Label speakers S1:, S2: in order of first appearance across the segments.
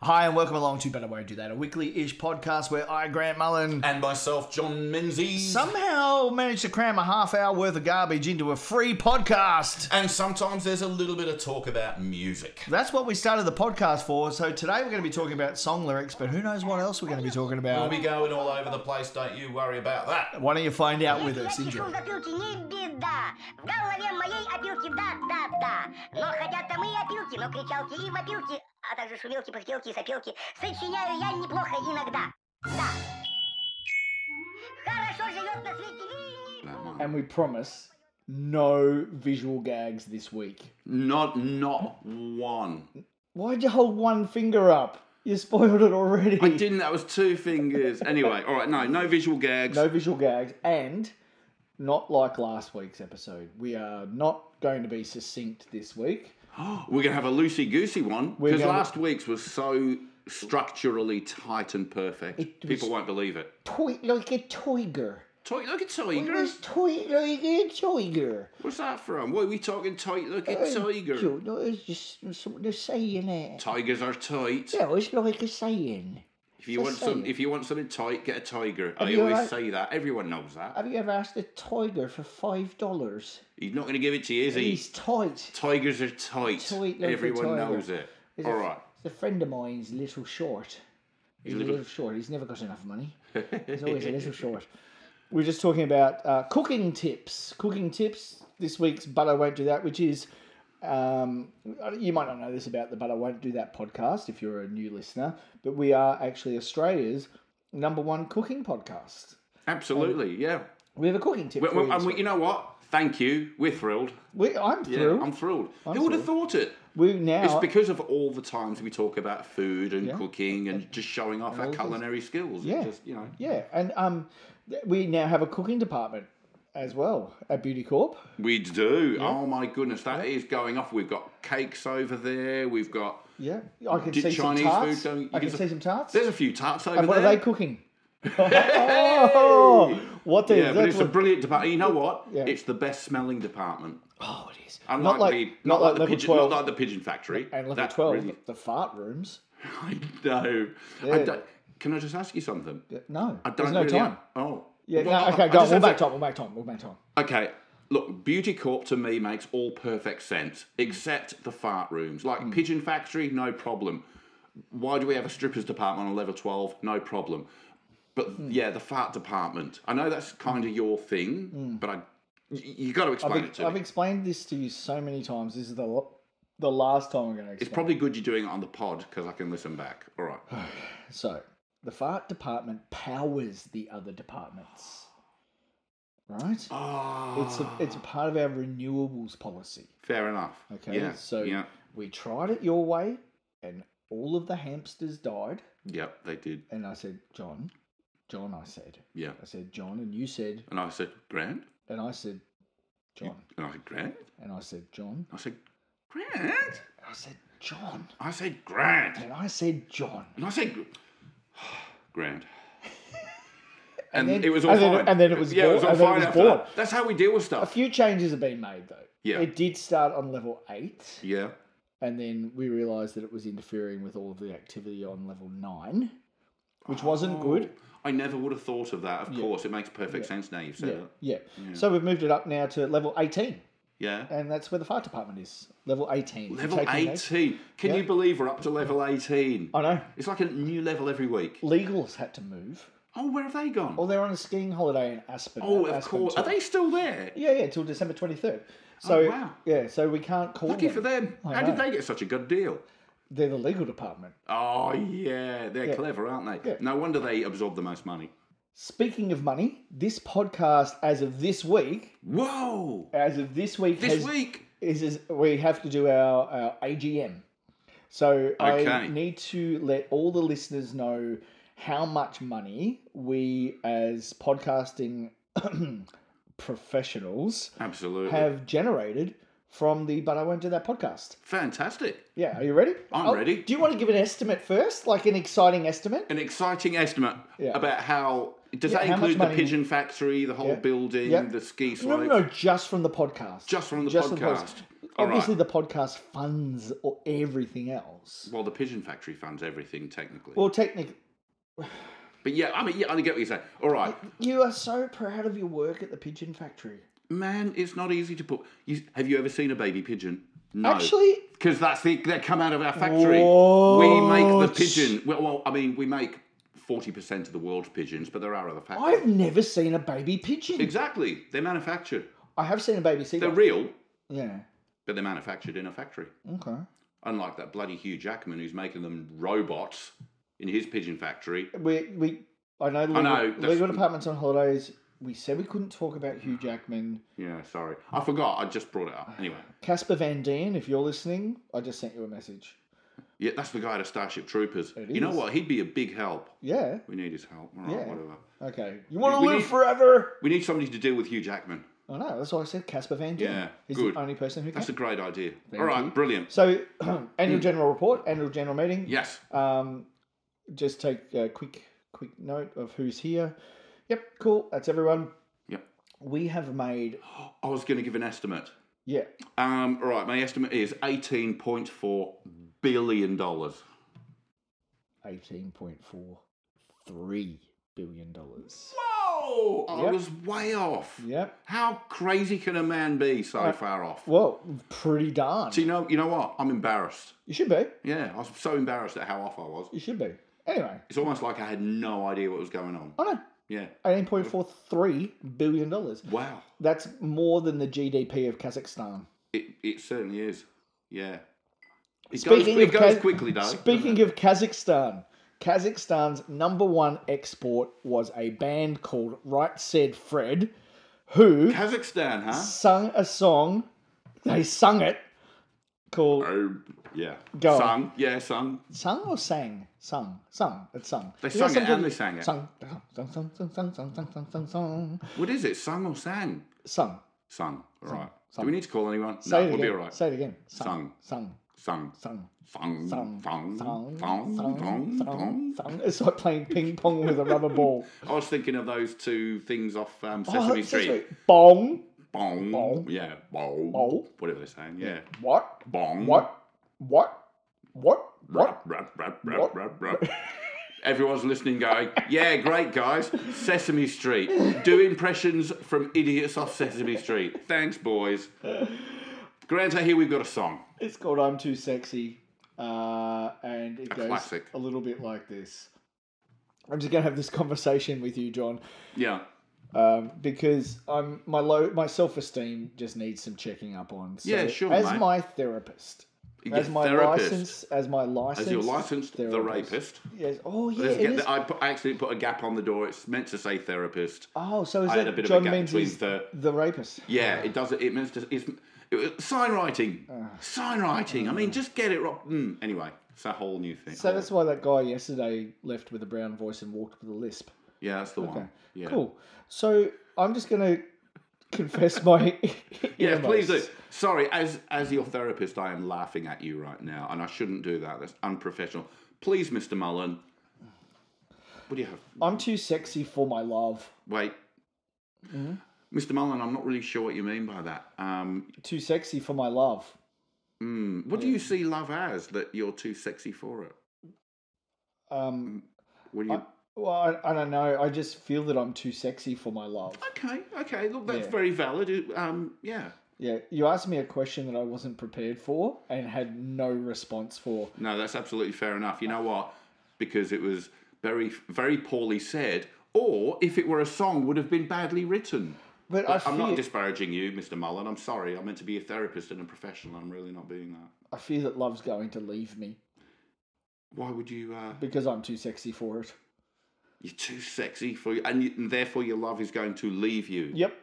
S1: Hi, and welcome along to Better Way to Do That, a weekly ish podcast where I, Grant Mullen,
S2: And myself, John Menzies.
S1: somehow managed to cram a half hour worth of garbage into a free podcast.
S2: and sometimes there's a little bit of talk about music.
S1: That's what we started the podcast for. So today we're going to be talking about song lyrics, but who knows what else we're going to be talking
S2: We'll
S1: about.
S2: be going all over the place, don't you worry about that.
S1: Why don't you find out with us?
S3: Если я
S1: Enjoy.
S3: тихом запилки, не беда. В голове моей опилки, да-да-да. Но хотят там и опилки, но кричалки и мопилки, а также шумелки, пыхтелки и сопелки. Сочиняю я неплохо иногда. Да. Хорошо живет на свете Лили.
S1: And we promise no visual gags this week.
S2: Not not one.
S1: Why'd you hold one finger up? You spoiled it already.
S4: I didn't. That was two fingers. Anyway, all right. No, no visual gags.
S1: No visual gags, and not like last week's episode. We are not going to be succinct this week.
S4: We're gonna have a loosey goosey one
S1: We're
S4: because
S1: gonna-
S4: last week's was so structurally tight and perfect.
S1: It was-
S4: People won't believe it.
S1: Toy like a tiger.
S4: Tight like a tiger.
S1: toy like a tiger.
S4: What's that from? Why are we talking tight like a tiger?
S1: Cute. No, it's just something to say in it.
S4: Tigers are tight.
S1: Yeah, it's like a saying.
S4: If you
S1: a
S4: want some,
S1: saying.
S4: if you want something tight, get a tiger. I
S1: you
S4: always
S1: ever-
S4: say that. Everyone knows that.
S1: Have you ever asked a tiger for five dollars?
S4: He's not gonna give it to you, is he?
S1: He's tight.
S4: Tigers are tight.
S1: Tight like a
S4: Everyone
S1: tiger.
S4: knows it.
S1: He's a-
S4: All right.
S1: He's a friend of mine's little short. He's, a
S4: little-
S1: little short. He's never got enough money. He's always a little short. We're just talking about uh, cooking tips. Cooking tips. This week's But I Won't Do That, which is, um, you might not know this about the But I Won't Do That podcast if you're a new listener, but we are actually Australia's number one cooking podcast.
S4: Absolutely.
S1: um,
S4: Yeah.
S1: We have a cooking tip.
S4: Well,
S1: for you
S4: well, and
S1: this
S4: we, you know what? Thank you. We're thrilled.
S1: week. We- I'm
S4: Yeah,
S1: thrilled.
S4: I'm thrilled. Who would have thought it?
S1: we
S4: It's
S1: now.
S4: because of all the times we talk about food and
S1: Yeah.
S4: cooking and just showing off
S1: all
S4: our
S1: these-
S4: culinary skills.
S1: Yeah.
S4: Yeah. Just, you know,
S1: yeah, and um, th- we now have a cooking department as well at Beauty Corp.
S4: we do. Oh my goodness, that is going off. We've got cakes over there. We've got
S1: Yeah, I can
S4: Did
S1: see
S4: Chinese
S1: some tarts.
S4: food going- you
S1: I can
S4: can-
S1: see some tarts.
S4: there's a few tarts over
S1: and what
S4: there.
S1: are they cooking? oh, what the?
S4: yeah, but
S1: that's
S4: it's a
S1: what-
S4: brilliant department. You know what?
S1: Yeah.
S4: It's the best smelling department.
S1: oh, it is.
S4: Unlike
S1: not like
S4: the,
S1: not like
S4: the
S1: level
S4: pigeon,
S1: twelve
S4: not like the pigeon factory.
S1: and level
S4: That
S1: twelve.
S4: really-
S1: The fart rooms.
S4: I know. I
S1: Yeah.
S4: don't, can I just ask you something?
S1: No,
S4: I don't
S1: there's no
S4: really-
S1: time.
S4: Oh.
S1: Yeah,
S4: Well,
S1: no,
S4: I-
S1: okay,
S4: I
S1: go.
S4: just
S1: on, We'll
S4: have
S1: make
S4: to-
S1: time. We'll make time. We'll make time.
S4: Okay, look, Beauty Corp to me makes all perfect sense, except the fart rooms. Like
S1: Hmm.
S4: Pigeon Factory, no problem. Why do we have a strippers department on level 12? No problem. But
S1: Hmm.
S4: yeah, the fart department. I know that's kind of your thing,
S1: Hmm.
S4: but I, y- you got to
S1: I've,
S4: explain it
S1: ex-
S4: to
S1: I've
S4: me.
S1: explained this to you so many times. This is the l- the last time I'm going to explain.
S4: It's probably good you're doing it on the pod because I can listen back. All right.
S1: it. so the fart department powers the other departments, right?
S4: Oh,
S1: It's a, it's a part of our renewables policy.
S4: fair enough.
S1: Okay,
S4: Yeah.
S1: so
S4: yeah,
S1: we tried it your way, and all of the hamsters died.
S4: yeah, they did.
S1: And I said, John, John, I said,
S4: Yeah,
S1: I said, John, and you said,
S4: and I said Grant,
S1: and I said, John,
S4: and I said Grant,
S1: and I said, John,
S4: I said Grant,
S1: and I said, John,
S4: I said Grant.
S1: and I said, John.
S4: And I said, grand. And,
S1: then-
S4: it was all
S1: and then-
S4: fine.
S1: and then it was
S4: yeah, it was
S1: bored-
S4: all
S1: and then it
S4: fine.
S1: was
S4: after
S1: bored.
S4: that. That's how we deal with
S1: A
S4: stuff.
S1: few changes have been made though.
S4: Yeah.
S1: It did start on level eight,
S4: Yeah,
S1: and then we realised that it was interfering with all of the activity on level nine, which
S4: Oh,
S1: wasn't good.
S4: I never would have thought of that. Of
S1: Yeah.
S4: course, it makes perfect sense now you've said
S1: Yeah,
S4: it.
S1: yeah. So we've moved it up now to level eighteen,
S4: Yeah.
S1: and that's where the fire department is. Level eighteen. We're
S4: Level
S1: Uh, taking notes.
S4: eighteen. Can
S1: Yeah.
S4: you believe we're up to level eighteen?
S1: I know.
S4: It's like a new level every week.
S1: Legals had to move.
S4: Oh, where have they gone?
S1: Well, they're on a skiing holiday in Aspen.
S4: oh, of
S1: Aspen
S4: course.
S1: tour.
S4: Are they still there?
S1: Yeah, yeah, till December twenty third. So
S4: Oh, wow.
S1: yeah, so we can't call
S4: Lucky
S1: them.
S4: for them.
S1: I
S4: How
S1: know.
S4: did they get such a good deal?
S1: They're the legal department.
S4: Oh yeah, they're clever, aren't they?
S1: Yeah.
S4: No wonder they absorb the most money.
S1: Speaking of money, this podcast, as of this week,
S4: Whoa!
S1: as of this week,
S4: This
S1: has,
S4: week.
S1: is, is we have to do our, our AGM. So I
S4: Okay.
S1: need to let all the listeners know how much money we, as podcasting professionals,
S4: Absolutely.
S1: have generated from the But I Won't Do That podcast.
S4: Fantastic.
S1: Yeah, are you ready? Oh,
S4: I'm ready.
S1: Do you want to give an estimate first, like an exciting estimate?
S4: An exciting estimate
S1: Yeah.
S4: about how does
S1: Yeah,
S4: that
S1: how much
S4: include the
S1: money-
S4: pigeon factory, the whole
S1: Yeah.
S4: building,
S1: Yeah.
S4: the ski
S1: No,
S4: slope?
S1: no, no, just from the podcast.
S4: Just from the
S1: Just from the
S4: podcast. All
S1: Obviously,
S4: right.
S1: the podcast funds or everything else.
S4: Well, the Pigeon Factory funds everything technically.
S1: Well, technically,
S4: but yeah, I mean, yeah, I get what you're saying. All right,
S1: you are so proud of your work at the Pigeon Factory.
S4: man, it's not easy to put. You, have you ever seen a baby pigeon? No.
S1: Actually,
S4: because that's the they come out of our factory. We make the
S1: What?
S4: pigeon. Well, well, I mean, we make forty percent of the world's pigeons, but there are other factories.
S1: I've never seen a baby pigeon.
S4: Exactly, they're manufactured.
S1: I have seen a baby
S4: They're
S1: seagull.
S4: real,
S1: yeah.
S4: but they're manufactured in a factory.
S1: Okay.
S4: Unlike that bloody Hugh Jackman who's making them robots in his pigeon factory.
S1: We we I know. Legal,
S4: know, that's-
S1: legal departments on holidays. We said we couldn't talk about Hugh Jackman,
S4: Yeah, sorry, I forgot. I just brought it up. Anyway,
S1: Casper Van Dien. If you're listening, I just sent you a message.
S4: yeah, that's the guy out of Starship Troopers.
S1: It
S4: you know
S1: is.
S4: what? He'd be a big help.
S1: Yeah.
S4: We need his help. All right,
S1: Yeah.
S4: whatever.
S1: Okay. You want to
S4: We
S1: live
S4: need-
S1: forever?
S4: We need somebody to deal with Hugh Jackman.
S1: I know. That's why I said Casper Van Dien.
S4: Yeah,
S1: He's
S4: good.
S1: the only person who can.
S4: That's a great idea.
S1: Thank
S4: All right,
S1: you.
S4: brilliant.
S1: So, annual general report, annual general meeting.
S4: Yes.
S1: Um, just take a quick quick note of who's here. Yep, cool. That's everyone.
S4: Yep.
S1: We have made
S4: I was going to give an estimate.
S1: yeah.
S4: Um, all right, my estimate is eighteen point four billion dollars.
S1: eighteen point four three billion dollars.
S4: Whoa! I
S1: Yep.
S4: was way off.
S1: Yep.
S4: How crazy can a man be so
S1: Right.
S4: far off?
S1: Well, pretty darn.
S4: So you know, you know what? I'm embarrassed.
S1: You should be.
S4: Yeah, I was so embarrassed at how off I was.
S1: You should be. Anyway,
S4: It's almost like I had no idea what was going on.
S1: I know
S4: Yeah.
S1: eighteen point four three billion dollars.
S4: Wow.
S1: That's more than the GDP of Kazakhstan.
S4: It it certainly is. Yeah. It
S1: Speaking of
S4: goes, it goes
S1: Kaz-
S4: quickly though. doesn't
S1: Speaking
S4: it?
S1: of Kazakhstan, Kazakhstan's number one export was a band called Right Said Fred, who
S4: Kazakhstan, huh?
S1: sung a song. They sung it called
S4: Oh, yeah.
S1: Go on.
S4: Sung. Yeah, sung.
S1: sung or sang, sung, sung. It's sung.
S4: They
S1: Is that
S4: sung it
S1: something-
S4: and they sang it.
S1: Sung, sung, sung, sung, sung, sung, sung, sung, sung, sung,
S4: What is it? Sung or sang?
S1: sung.
S4: Sung. All right.
S1: Sung.
S4: Do we need to call anyone?
S1: Say
S4: no,
S1: it
S4: we'll be
S1: again.
S4: all right.
S1: Say it again.
S4: Sung.
S1: sung,
S4: Sung.
S1: sung,
S4: Sung.
S1: sung,
S4: Sung. Sung.
S1: sung,
S4: Sung.
S1: sung, sung,
S4: Sung.
S1: sung. It's like playing ping pong with a rubber ball.
S4: I was thinking of those two things off um,
S1: Oh,
S4: Sesame
S1: it's just
S4: Street.
S1: like Bong.
S4: Bong.
S1: Bong.
S4: Yeah. Bong.
S1: Bong.
S4: Whatever they're saying. Yeah.
S1: What?
S4: Bong.
S1: What? What? What? What?
S4: Rap, rap, rap,
S1: What?
S4: rap, rap, rap. Everyone's listening, going, "Yeah, great guys, Sesame Street. Do impressions from idiots off Sesame Street. Thanks, boys." Granted, here we've got a song.
S1: It's called I'm Too Sexy. Uh, and it
S4: A
S1: goes
S4: classic.
S1: a little bit like this. I'm just going to have this conversation with you, John,
S4: Yeah.
S1: um, because I'm my low my self esteem just needs some checking up on. So
S4: Yeah, sure,
S1: As
S4: mate.
S1: my therapist,
S4: Your
S1: as my
S4: therapist.
S1: license, as my license,
S4: As your licensed the
S1: therapist.
S4: rapist.
S1: Yes. Oh yeah.
S4: Let's
S1: It
S4: get
S1: is.
S4: the, I, put, I actually put a gap on the door. It's meant to say therapist.
S1: Oh, so is
S4: I had a
S1: that
S4: bit of a
S1: John
S4: gap between
S1: Menzies,
S4: the-
S1: the rapist?
S4: Yeah, it does. It means to. It's it, was- sign writing.
S1: Uh.
S4: sign writing. I mean, just get it right. Mm. Anyway, it's a whole new thing.
S1: So that's why that guy yesterday left with a brown voice and walked with a lisp.
S4: yeah, that's the one. Yeah.
S1: Cool. So I'm just going to confess my.
S4: Yeah, please do.
S1: innermost.
S4: Sorry, as as your therapist, I am laughing at you right now, and I shouldn't do that. That's unprofessional. Please, Mr. Mullen. What do you have?
S1: I'm too sexy for my love.
S4: Wait,
S1: Mm-hmm.
S4: Mr. Mullen, I'm not really sure what you mean by that. Um,
S1: Too sexy for my love.
S4: mm, what do you see love as that you're too sexy for it?
S1: Um,
S4: What do you?
S1: well, I, I don't know. I just feel that I'm too sexy for my love.
S4: okay, okay. Look, that's
S1: Yeah.
S4: very valid. Um, yeah.
S1: Yeah, you asked me a question that I wasn't prepared for and had no response for.
S4: No, that's absolutely fair enough. You know what? Because it was very, very poorly said, or if it were a song, would have been badly written.
S1: But I
S4: But
S1: fear,
S4: I'm not disparaging you, Mr. Mullen. I'm sorry. I'm meant to be a therapist and a professional. I'm really not being that.
S1: I fear that love's going to leave me
S4: Why would you? Uh,
S1: because I'm too sexy for it.
S4: you're too sexy for you, and, you, and therefore your love is going to leave you.
S1: Yep.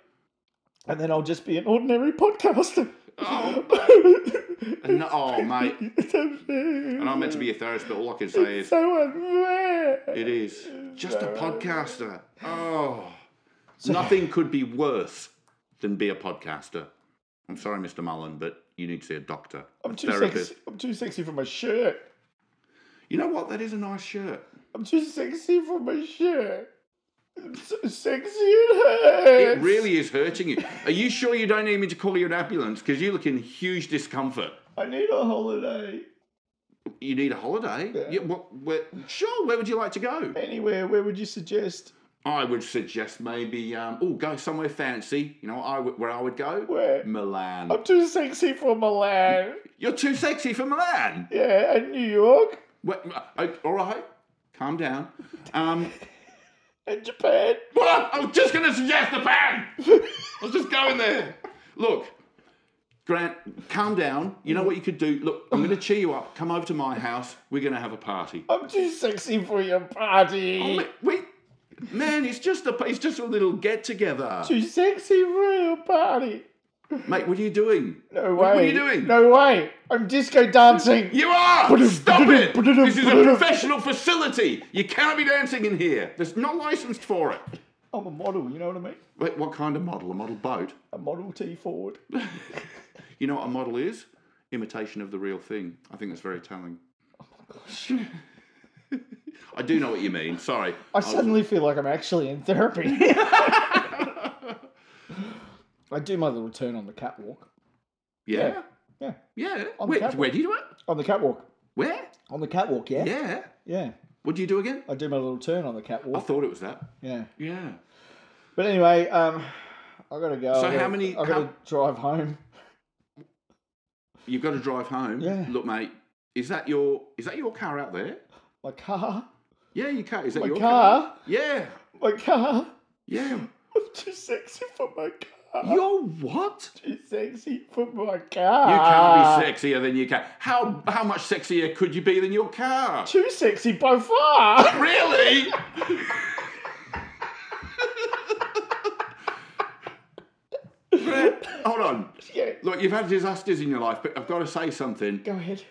S1: And then I'll just be an ordinary podcaster.
S4: Oh, and no- oh, mate. And I'm meant to be a therapist, but all I can say is
S1: so unfair.
S4: it is just a podcaster. Oh, nothing could be worse than be a podcaster. I'm sorry, Mr. Mullen, but you need to see a doctor. a
S1: I'm too sexy. I'm too sexy for my shirt.
S4: You know what? That is a nice shirt.
S1: I'm too sexy for my shirt. so sexy it hurts.
S4: It really is hurting you. Are you sure you don't need me to call you an ambulance? Because you look in huge discomfort.
S1: I need a holiday.
S4: You need a holiday? Yeah. what, where, sure, where would you like to go?
S1: Anywhere, where would you suggest?
S4: I would suggest maybe, um, oh, go somewhere fancy. You know I would- where I would go?
S1: Where?
S4: Milan.
S1: I'm too sexy for Milan.
S4: You're too sexy for Milan.
S1: Yeah, and New York
S4: Where, oh, all right, calm down. Um,
S1: and Japan.
S4: Well, I was just going to suggest the pan. I was just going there. Look, Grant, calm down. You know what you could do? Look, I'm going to cheer you up. Come over to my house. We're going to have a party.
S1: I'm too sexy for your party.
S4: Oh, ma- wait, man, it's just a it's just a little get together.
S1: too sexy for your party.
S4: Mate, what are you doing?
S1: No way.
S4: What are you doing?
S1: No way. I'm disco dancing.
S4: You are!
S1: Ba-dum,
S4: Stop
S1: ba-dum,
S4: it!
S1: ba-dum,
S4: This is a
S1: ba-dum.
S4: professional facility. You cannot be dancing in here. There's not licensed for it.
S1: I'm a model. You know what I mean?
S4: Wait, what kind of model? A model boat?
S1: A model T Ford.
S4: You know what a model is? Imitation of the real thing. I think that's very telling.
S1: Oh
S4: I do know what you mean. Sorry.
S1: I suddenly feel like I'm actually in therapy. I do my little turn on the catwalk.
S4: yeah.
S1: Yeah.
S4: Yeah.
S1: On
S4: Wait,
S1: camera.
S4: where do you do it?
S1: On the catwalk.
S4: Where?
S1: On the catwalk, yeah?
S4: Yeah.
S1: Yeah.
S4: What do you do again?
S1: I do my little turn on the
S4: I
S1: catwalk.
S4: thought it was that.
S1: Yeah.
S4: Yeah.
S1: But anyway, um, I gotta go.
S4: So
S1: I gotta,
S4: how many-
S1: I gotta
S4: how-
S1: drive home.
S4: You've got to drive home.
S1: Yeah.
S4: Look, mate, is that your is that your car out there?
S1: My car.
S4: Yeah, you can't. Is that
S1: My
S4: your
S1: car.
S4: Yeah.
S1: My car.
S4: Yeah.
S1: I'm too sexy for my car.
S4: You're what?
S1: too sexy for my car.
S4: You
S1: Ah.
S4: can't be sexier than your car. How how much sexier could you be than your car?
S1: Too sexy by far.
S4: Really? Brett, hold on.
S1: yeah.
S4: Look, you've had disasters in your life, but I've got to say something.
S1: Go ahead.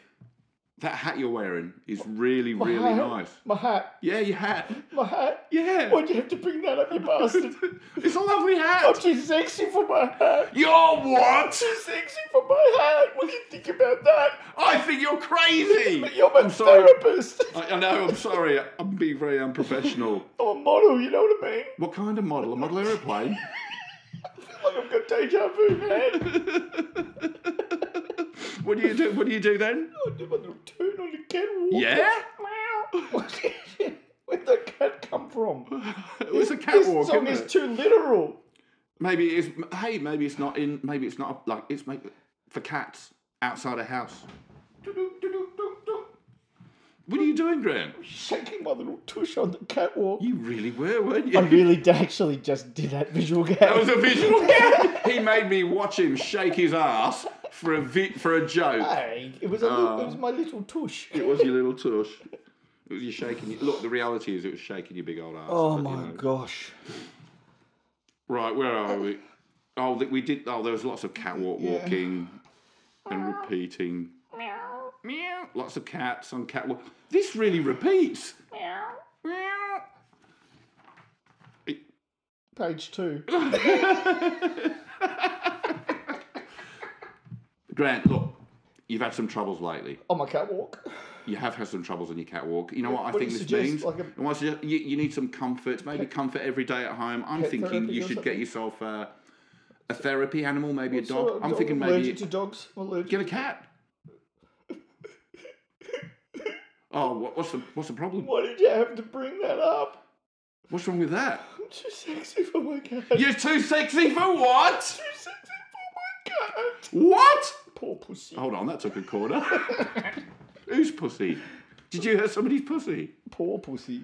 S4: That hat you're wearing is really,
S1: My
S4: really
S1: hat.
S4: nice.
S1: My hat.
S4: Yeah, your hat.
S1: My hat.
S4: Yeah.
S1: Why'd you have to bring that up, you bastard?
S4: It's a lovely
S1: I'm
S4: hat.
S1: too sexy for my hat.
S4: You're what?
S1: Too sexy for my hat. What do you think about that?
S4: I think you're crazy.
S1: But you're my
S4: I'm sorry.
S1: therapist.
S4: I, I know. I'm sorry. I'm being very unprofessional.
S1: I'm a model. You know what I mean?
S4: What kind of model? A model aeroplane?
S1: Like I've got deja vu, man.
S4: what do you do? What do you do then?
S1: I did my little turn on the catwalk.
S4: Yeah?
S1: Meow. Where'd the cat come from?
S4: It was a
S1: This
S4: catwalk.
S1: song
S4: isn't
S1: is
S4: it?
S1: too literal.
S4: Maybe it's hey, maybe it's not in. Maybe it's not like it's make, for cats outside a house. What are you doing, Graham?
S1: Shaking my little tush on the catwalk.
S4: You really were, weren't
S1: I
S4: you?
S1: really d- actually just did that visual gag.
S4: That was a visual gag. He made me watch him shake his ass for a vi- for a joke.
S1: Hey, it was a little, it was my little tush.
S4: Um, It was your little tush. It was you shaking. Your, look, the reality is it was shaking your big old ass.
S1: Oh
S4: but, you
S1: my
S4: know.
S1: gosh.
S4: Right, where are we? Oh, th- we did. Oh, there was lots of catwalk walking and repeating. Meow. Meow. Lots of cats on catwalk. This really repeats. Meow.
S1: Page two.
S4: Grant, look, you've had some troubles lately.
S1: On Oh, my catwalk.
S4: You have had some troubles on your catwalk. You know what, I
S1: What do
S4: think
S1: you
S4: this
S1: suggest,
S4: means?
S1: like a-
S4: I want to suggest- you, you need some comfort, maybe comfort every day at home. I'm
S1: Pet
S4: thinking
S1: therapy
S4: you
S1: or
S4: should
S1: something?
S4: get yourself a, a therapy animal, maybe a dog.
S1: So,
S4: I'm thinking
S1: allergic
S4: maybe
S1: to dogs. I'm allergic.
S4: get a cat. Oh, what, what's the what's the problem?
S1: Why did you have to bring that up?
S4: What's wrong with that?
S1: I'm too sexy for my cat.
S4: You're too sexy for what?
S1: Too sexy for my cat.
S4: What?
S1: Poor pussy.
S4: Hold on, that took a corner. Who's pussy? Did you hear somebody's pussy?
S1: Poor pussy.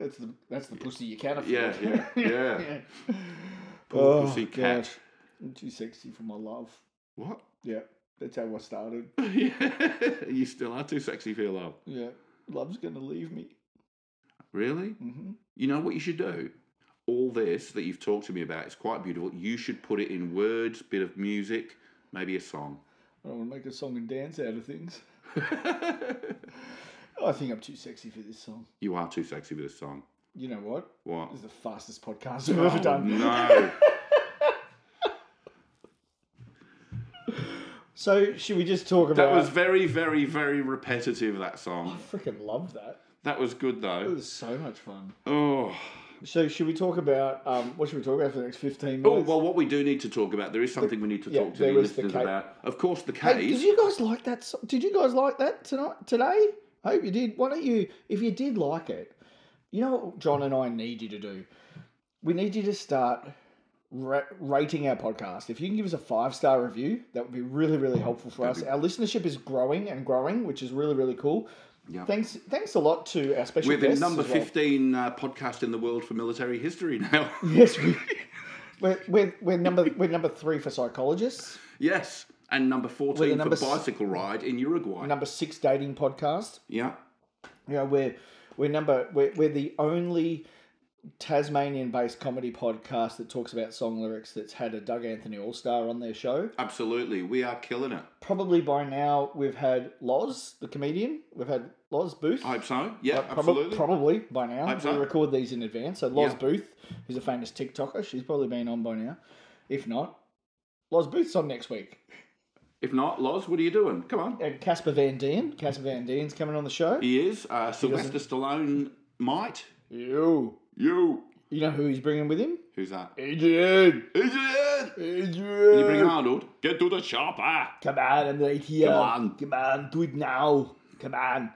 S1: That's the that's the pussy you can afford.
S4: Yeah, yeah, yeah.
S1: Poor
S4: pussy cat.
S1: I'm too sexy for my love.
S4: What?
S1: Yeah, that's how I started.
S4: you still are too sexy for your love.
S1: Yeah, love's gonna leave me.
S4: Really?
S1: hmm
S4: You know what you should do? All this that you've talked to me about is quite beautiful. You should put it in words, bit of music, maybe a song.
S1: I want to make a song and dance out of things. I think I'm too sexy for this song.
S4: you are too sexy for this song.
S1: You know what?
S4: What?
S1: This is the fastest podcast I've ever done.
S4: Oh, No.
S1: So should we just talk about?
S4: That was very, very, very repetitive, that song.
S1: I freaking love that.
S4: That was good,
S1: It
S4: though.
S1: was so much fun.
S4: Oh.
S1: So should we talk about um, what should we talk about for the next fifteen
S4: Oh
S1: minutes?
S4: well, what we do need to talk about there is something we need to
S1: yeah,
S4: talk to
S1: there
S4: the
S1: is the
S4: listeners
S1: cake.
S4: about. Of course, the cave.
S1: Hey, did you guys like that? so- Did you guys like that tonight? Today? I hope you did. Why don't you, if you did like it, you know what John and I need you to do? We need you to start ra- rating our podcast. If you can give us a five star review, that would be really, really helpful for us. Our listenership is growing and growing, which is really, really cool.
S4: Yeah.
S1: Thanks, thanks a lot to our special
S4: We're the
S1: guests
S4: number
S1: as well.
S4: fifteen uh, podcast in the world for military history now.
S1: Yes, we, we're, we're, we're number we're number three for psychologists.
S4: yes, and
S1: We're
S4: number
S1: the
S4: fourteen
S1: number s-
S4: for bicycle ride in Uruguay.
S1: Number six dating podcast.
S4: yeah,
S1: you know we're we're number we're, we're the only Tasmanian based comedy podcast that talks about song lyrics that's had a Doug Anthony All Star on their show.
S4: absolutely. We are killing it.
S1: Probably by now we've had Loz, the comedian. We've had Loz Booth.
S4: I hope so. Yeah,
S1: Prob-
S4: absolutely.
S1: Probably by now.
S4: Hope so.
S1: We record these in advance. So Loz
S4: Yeah.
S1: Booth, who's a famous TikToker, she's probably been on by now. If not, Loz Booth's on next week.
S4: if not, Loz, what are you doing? Come on.
S1: And Casper Van Dien. Casper Van Dien's coming on the show.
S4: He is uh, Sylvester Stallone. Might
S1: You.
S4: you?
S1: You know who he's bringing with him?
S4: Who's that?
S1: Adrian.
S4: Adrian.
S1: Adrian.
S4: You bring Arnold. Get to the shopper.
S1: Come on, I'm right here.
S4: Come on.
S1: Come on, do it now. Come on.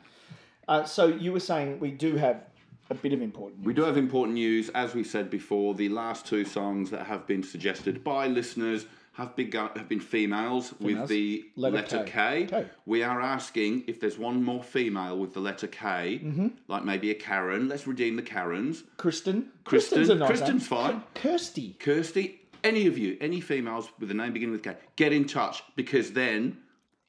S1: Uh, so you were saying we do have a bit of important.
S4: We do have important news. As we said before, the last two songs that have been suggested by listeners have been, have been females, with
S1: Females.
S4: the
S1: Letter
S4: letter,
S1: K.
S4: K.
S1: K.
S4: We are asking if there's one more female with the letter K, like maybe a Karen. Let's redeem the Karens.
S1: Kristen.
S4: Kristen.
S1: Kristen's a nice
S4: Kristen's
S1: name.
S4: fine.
S1: Kirsty.
S4: Kirsty, any of you, any females with a name beginning with K, get in touch because then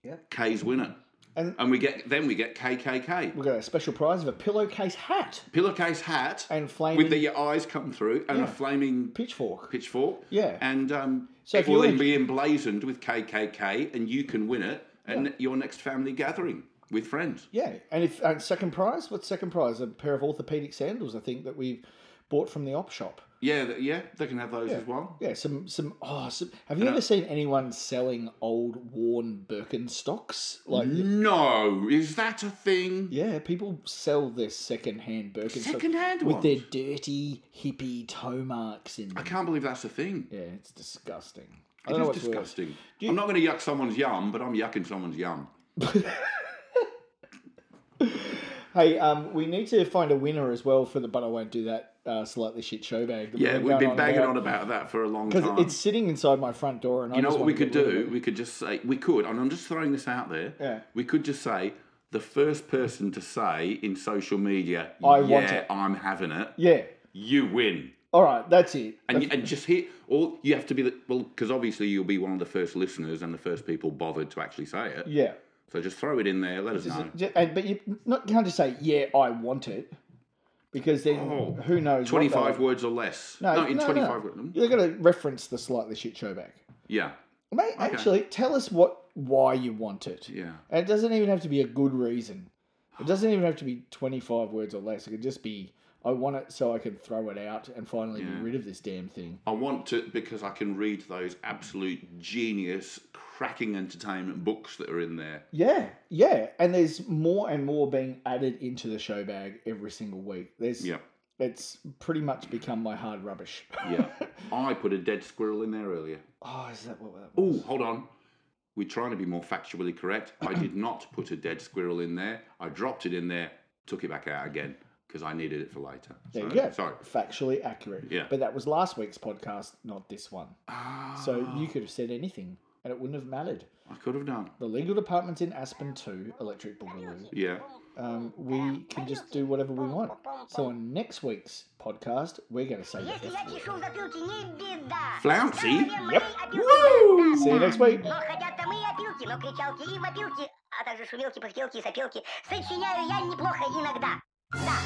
S1: Yeah.
S4: K's winner.
S1: And-
S4: And, we get then we get KKK.
S1: We've got a special prize of a pillowcase hat
S4: Pillowcase hat
S1: and flaming
S4: with the your eyes come through and
S1: Yeah.
S4: a flaming
S1: pitchfork.
S4: pitchfork.
S1: Yeah.
S4: And um,
S1: So if
S4: it will
S1: you're-
S4: then be emblazoned with KKK, and you can win it and your next family gathering with friends.
S1: yeah, and if and second prize, what's second prize? A pair of orthopedic sandals, I think, that we've bought from the op shop.
S4: Yeah, th- yeah, they can have those as well.
S1: Yeah, some some oh, some, have you ever seen anyone selling old worn Birkenstocks? Like
S4: No, is that a thing?
S1: Yeah, people sell their second-hand Birkenstocks
S4: Second-hand
S1: with
S4: ones?
S1: their dirty hippie toe marks in
S4: I
S1: them.
S4: can't believe that's a thing.
S1: Yeah, it's disgusting. I
S4: It
S1: don't know
S4: is
S1: what's worse.
S4: disgusting. I'm not going to yuck someone's yum, but I'm yucking someone's yum.
S1: Hey, um, we need to find a winner as well for the "But I Won't Do That" uh, slightly shit show bag. that
S4: Yeah, we've
S1: going
S4: been banging on about that for a long time.
S1: because it's sitting inside my front door, and I
S4: you know
S1: just
S4: what we
S1: wanna
S4: could
S1: get rid of
S4: do? We could just say we could, and I'm just throwing this out there.
S1: Yeah.
S4: We could just say the first person to say in social media,
S1: I
S4: yeah,
S1: want it."
S4: I'm having it.
S1: it. Yeah.
S4: You win,
S1: All right, that's it.
S4: and you, and just hit. All you have to be the, well, because obviously you'll be one of the first listeners and the first people bothered to actually say it.
S1: yeah.
S4: So just throw it in there. Let us know.
S1: Ju- And, but you not can't just say yeah, I want it, because then
S4: Oh,
S1: who knows? what they'll-
S4: Twenty-five words or less. No, in twenty-five. words.
S1: You've got to reference the slightly shit show back.
S4: Yeah,
S1: Mate, actually, tell us what why you want it.
S4: yeah.
S1: And it doesn't even have to be a good reason. It doesn't even have to be 25 words or less. It could just be, I want it so I can throw it out and finally be rid of this damn thing.
S4: I want to because I can read those absolute genius, cracking entertainment books that are in there.
S1: Yeah, yeah. And there's more and more being added into the show bag every single week. There's,
S4: Yeah.
S1: It's pretty much become my hard rubbish.
S4: Yeah. I put a dead squirrel in there earlier.
S1: oh, is that what that was?
S4: Oh, hold on. We're trying to be more factually correct. I did not put a dead squirrel in there. I dropped it in there, took it back out again because I needed it for later.
S1: There
S4: so,
S1: you go.
S4: Sorry.
S1: Factually accurate.
S4: Yeah.
S1: But that was last week's podcast, not this one. So you could have said anything and it wouldn't have mattered.
S4: Ah, I could have done.
S1: The legal department's in Aspen too, Electric Boogaloo.
S4: Yeah.
S1: Um, we can just do whatever we want. So on next week's podcast, we're going to say the
S3: Если я
S1: F word.
S3: чешу в затылке, не беда.
S4: Flouncy?
S3: Здоровье моей
S1: Woo!
S3: опилки,
S1: See you
S3: да-да.
S1: next week.
S3: Но хотят там и опилки, но кричалки и мопилки, а также шумелки, пыхтелки и сопелки. Сочиняю я неплохо иногда. Да.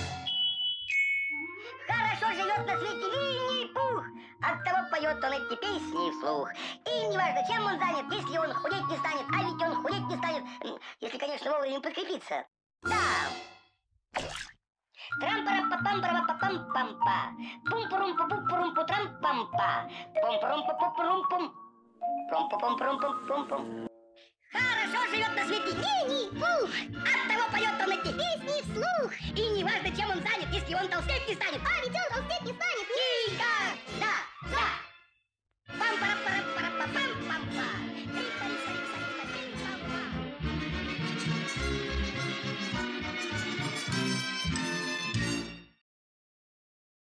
S3: Хорошо живет на свете Винни-Пух, оттого поет он эти песни вслух. И неважно, чем он занят, если он худеть не станет, а ведь он худеть не станет, м, если, конечно, вовремя подкрепиться. Да. Трам-парам пам парам пам пам па Пум-пурум пу пу пурум пу трам пам па Пум-пурум пу пу пурум пум Пром пу пум пурум пум пум пум Хорошо живет на свете Винни-Пух Оттого поет он эти песни вслух И неважно, чем он занят, если если он толстеть не станет. А ведь он толстеть не станет.